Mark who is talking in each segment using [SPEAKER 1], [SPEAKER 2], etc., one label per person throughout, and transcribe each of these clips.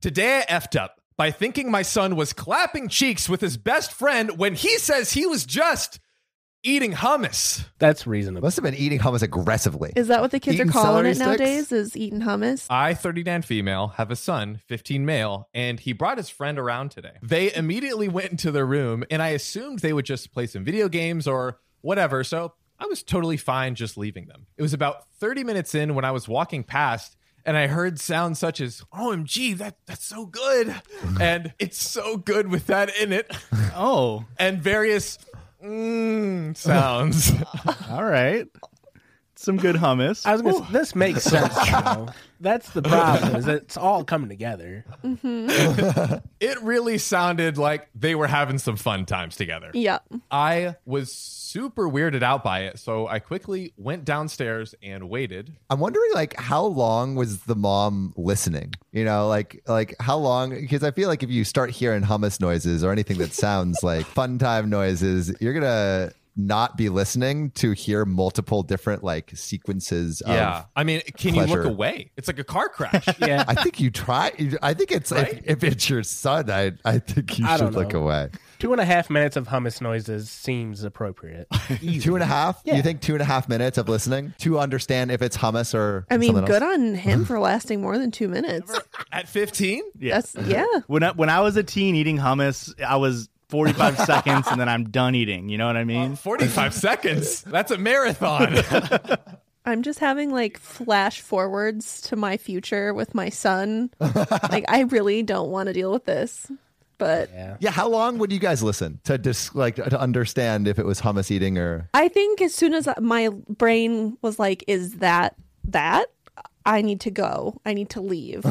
[SPEAKER 1] Today I effed up by thinking my son was clapping cheeks with his best friend when he says he was just eating hummus.
[SPEAKER 2] That's reasonable.
[SPEAKER 3] Must have been eating hummus aggressively.
[SPEAKER 4] Is that what the kids
[SPEAKER 3] Eating
[SPEAKER 4] are calling
[SPEAKER 3] celery
[SPEAKER 4] it
[SPEAKER 3] sticks?
[SPEAKER 4] nowadays? Is eating hummus?
[SPEAKER 1] I, 39 female, have a son, 15 male, and he brought his friend around today. They immediately went into their room, and I assumed they would just play some video games or whatever, so I was totally fine just leaving them. It was about 30 minutes in when I was walking past. And I heard sounds such as "OMG, that that's so good," and "It's so good" with that in it,
[SPEAKER 5] Oh,
[SPEAKER 1] and various mm, sounds.
[SPEAKER 5] all right. Some good hummus.
[SPEAKER 2] I was gonna, say, this makes sense. you know? That's the problem. Is that it's all coming together.
[SPEAKER 1] it really sounded like they were having some fun times together.
[SPEAKER 4] Yeah.
[SPEAKER 1] I was super weirded out by it, so I quickly went downstairs and waited.
[SPEAKER 3] I'm wondering like how long was the mom listening? You know, like like how long because I feel like if you start hearing hummus noises or anything that sounds like fun time noises, you're gonna not be listening to hear multiple different like sequences of
[SPEAKER 1] Um, I mean, can you look
[SPEAKER 3] Pleasure.
[SPEAKER 1] away? It's like a car crash.
[SPEAKER 2] Yeah.
[SPEAKER 3] I think you try you- I think it's
[SPEAKER 1] Right?
[SPEAKER 3] if, if it's your son, I I think you
[SPEAKER 2] I
[SPEAKER 3] should
[SPEAKER 2] don't
[SPEAKER 3] look
[SPEAKER 2] know.
[SPEAKER 3] away.
[SPEAKER 2] Two and a half minutes of hummus noises seems appropriate.
[SPEAKER 3] Two and a half?
[SPEAKER 2] Yeah.
[SPEAKER 3] You think two and a half minutes of listening to understand if it's hummus or
[SPEAKER 4] I mean,
[SPEAKER 3] something
[SPEAKER 4] good
[SPEAKER 3] else? Uh-huh.
[SPEAKER 4] on him for lasting more than two minutes.
[SPEAKER 1] At 15?
[SPEAKER 5] Yeah.
[SPEAKER 4] That's yeah.
[SPEAKER 5] when I, when I was a teen eating hummus, I was 45 seconds and then I'm done eating. You know what I mean?
[SPEAKER 1] 45 seconds. That's a marathon.
[SPEAKER 4] I'm just having like flash forwards to my future with my son. like I really don't want to deal with this. But
[SPEAKER 2] Yeah.
[SPEAKER 3] Yeah, how long would you guys listen to dis- like to understand if it was hummus eating or
[SPEAKER 4] I think as soon as my brain was like, is that that? I need to go. I need to leave.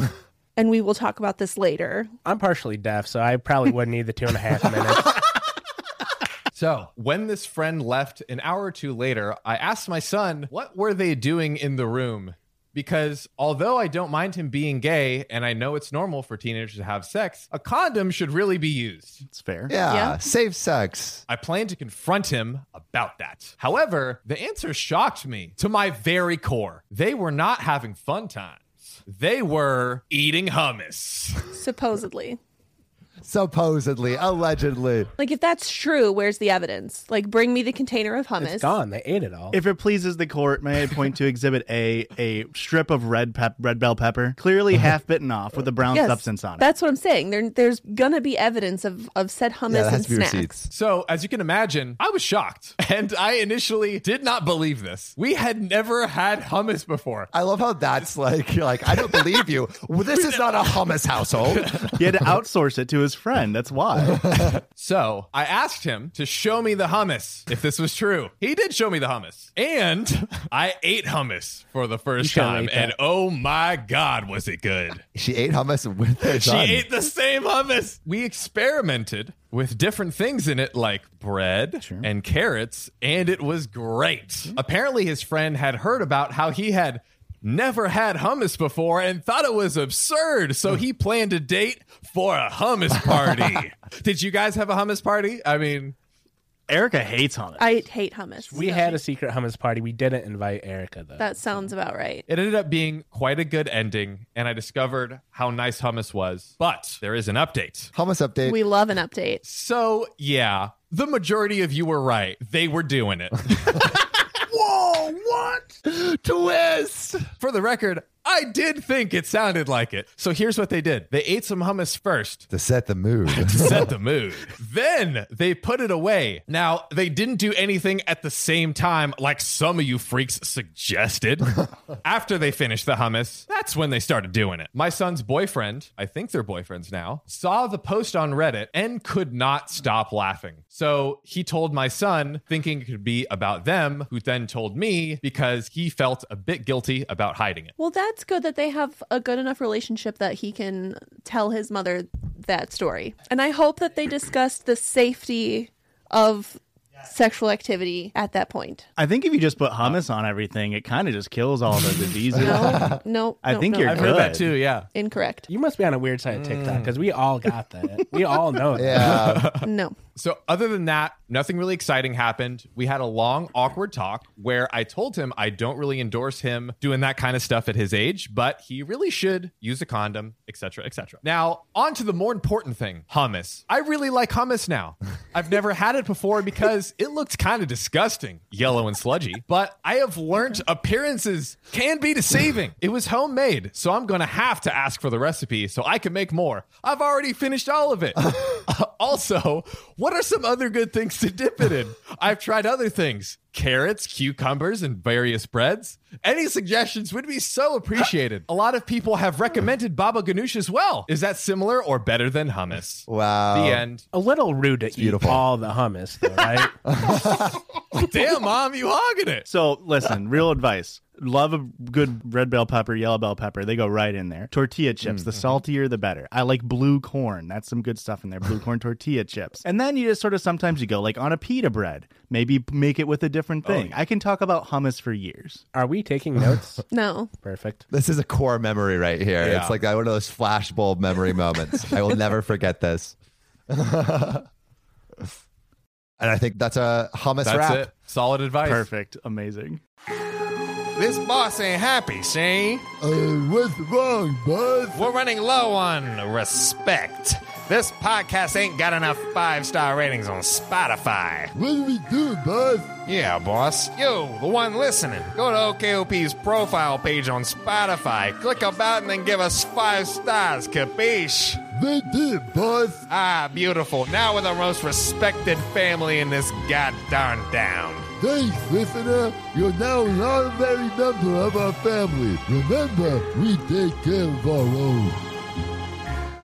[SPEAKER 4] and we will talk about this later.
[SPEAKER 2] I'm partially deaf, so I probably wouldn't need the two and a half minutes.
[SPEAKER 1] so, when this friend left an hour or two later, I asked my son, what were they doing in the room? Because although I don't mind him being gay and I know it's normal for teenagers to have sex, a condom should really be used.
[SPEAKER 5] It's fair.
[SPEAKER 3] Yeah,
[SPEAKER 4] Yeah.
[SPEAKER 3] safe sex.
[SPEAKER 1] I plan to confront him about that. However, the answer shocked me to my very core. They were not having fun times. They were eating hummus.
[SPEAKER 4] Supposedly.
[SPEAKER 3] Supposedly, allegedly.
[SPEAKER 4] Like if that's true, where's the evidence? Like bring me the container of hummus.
[SPEAKER 2] It's gone. They ate it all.
[SPEAKER 5] If it pleases the court, may I point to Exhibit A, a strip of red pep- red bell pepper, clearly half bitten off with a brown
[SPEAKER 4] Yes,
[SPEAKER 5] substance on it.
[SPEAKER 4] That's what I'm saying. There, there's gonna be evidence of, of said hummus
[SPEAKER 3] Yeah, that
[SPEAKER 4] and
[SPEAKER 3] has to be
[SPEAKER 4] snacks.
[SPEAKER 3] receipts.
[SPEAKER 1] So, as you can imagine, I was shocked and I initially did not believe this. We had never had hummus before.
[SPEAKER 3] I love how that's like, you're like I don't believe you. Well, this is not a hummus household.
[SPEAKER 5] he had to outsource it to his friend. That's why.
[SPEAKER 1] So, I asked him to show me the hummus if this was true. He did show me the hummus. And I ate hummus for the first
[SPEAKER 2] shouldn't
[SPEAKER 1] time
[SPEAKER 2] eat that.
[SPEAKER 1] and oh my god, was it good.
[SPEAKER 3] She ate hummus with her
[SPEAKER 1] She
[SPEAKER 3] son.
[SPEAKER 1] ate the same hummus. We experimented with different things in it, like bread and carrots, and it was great. Apparently, his friend had heard about how he had never had hummus before and thought it was absurd. So he planned a date for a hummus party. Did you guys have a hummus party? I mean,
[SPEAKER 5] Erica hates hummus.
[SPEAKER 4] I hate hummus.
[SPEAKER 2] we had a secret hummus party. We didn't invite Erica though.
[SPEAKER 4] that sounds about right.
[SPEAKER 1] It ended up being quite a good ending, and I discovered how nice hummus was. But there is an update.
[SPEAKER 3] hummus update.
[SPEAKER 4] We love an update.
[SPEAKER 1] So, yeah, the majority of you were right. They were doing it.
[SPEAKER 3] Whoa! Oh, What twist?
[SPEAKER 1] For the record, I did think it sounded like it. So here's what they did they ate some hummus first.
[SPEAKER 3] To set the mood.
[SPEAKER 1] To set the mood. Then they put it away. Now, they didn't do anything at the same time, like some of you freaks suggested. After they finished the hummus, that's when they started doing it. My son's boyfriend, I think they're boyfriends now, saw the post on Reddit and could not stop laughing. So he told my son, thinking it could be about them, who then told me because he felt a bit guilty about hiding it.
[SPEAKER 4] Well, that's good that they have a good enough relationship that he can tell his mother that story. And I hope that they discussed the safety of sexual activity at that point.
[SPEAKER 5] I think if you just put hummus on everything, it kind of just kills all the diseases.
[SPEAKER 4] Oh, No, no.
[SPEAKER 5] I
[SPEAKER 4] no,
[SPEAKER 5] think
[SPEAKER 4] no,
[SPEAKER 5] you're
[SPEAKER 4] no.
[SPEAKER 1] I've heard that
[SPEAKER 5] Good.
[SPEAKER 1] too. Yeah.
[SPEAKER 4] incorrect.
[SPEAKER 2] You must be on a weird side of TikTok because we all got that. we all know that.
[SPEAKER 3] Mm. Yeah.
[SPEAKER 4] No.
[SPEAKER 1] So, other than that, nothing really exciting happened. We had a long, awkward talk where I told him I don't really endorse him doing that kind of stuff at his age, but he really should use a condom, etc., etc. Now, on to the more important thing hummus. I really like hummus now. I've never had it before because it looked kind of disgusting, yellow and sludgy, but I have learned appearances can be deceiving. It was homemade, so I'm going to have to ask for the recipe so I can make more. I've already finished all of it. also, what are some other good things to dip it in? I've tried other things carrots, cucumbers, and various breads. Any suggestions would be so appreciated. A lot of people have recommended baba ganoush as well. Is that similar or better than hummus? The
[SPEAKER 3] Wow.
[SPEAKER 1] end.
[SPEAKER 2] A little rude to eat
[SPEAKER 3] beautiful.
[SPEAKER 2] all the hummus, though, right?
[SPEAKER 1] Damn, mom, you hogging it.
[SPEAKER 5] So listen, real advice. Love a good red bell pepper, yellow bell pepper. They go right in there. Tortilla chips, the saltier the better. I like blue corn. That's some good stuff in there. Blue corn tortilla chips. And then you just sort of sometimes you go like on a pita bread. Maybe p- make it with a different thing. I can talk about hummus for years.
[SPEAKER 2] Are we taking notes?
[SPEAKER 4] No.
[SPEAKER 2] Perfect.
[SPEAKER 3] This is a core memory right here.
[SPEAKER 1] Yeah.
[SPEAKER 3] It's like one of those flashbulb memory moments. I will never forget this. and I think that's a hummus
[SPEAKER 1] That's
[SPEAKER 3] wrap.
[SPEAKER 1] it. Solid advice.
[SPEAKER 5] Perfect. Amazing.
[SPEAKER 1] This boss ain't happy, see?
[SPEAKER 3] Uh, what's wrong, bud?
[SPEAKER 1] We're running low on respect. This podcast ain't got enough five star ratings on Spotify.
[SPEAKER 3] What do we do, bud?
[SPEAKER 1] Yeah, boss. Yo, the one listening. Go to OKOP's profile page on Spotify, click about, and then give us five stars, capiche?
[SPEAKER 3] They did, bud.
[SPEAKER 1] Ah, beautiful. Now we're the most respected family in this goddamn town.
[SPEAKER 3] Thanks, listener. You're now an honorary member of our family. Remember, we take care of our own.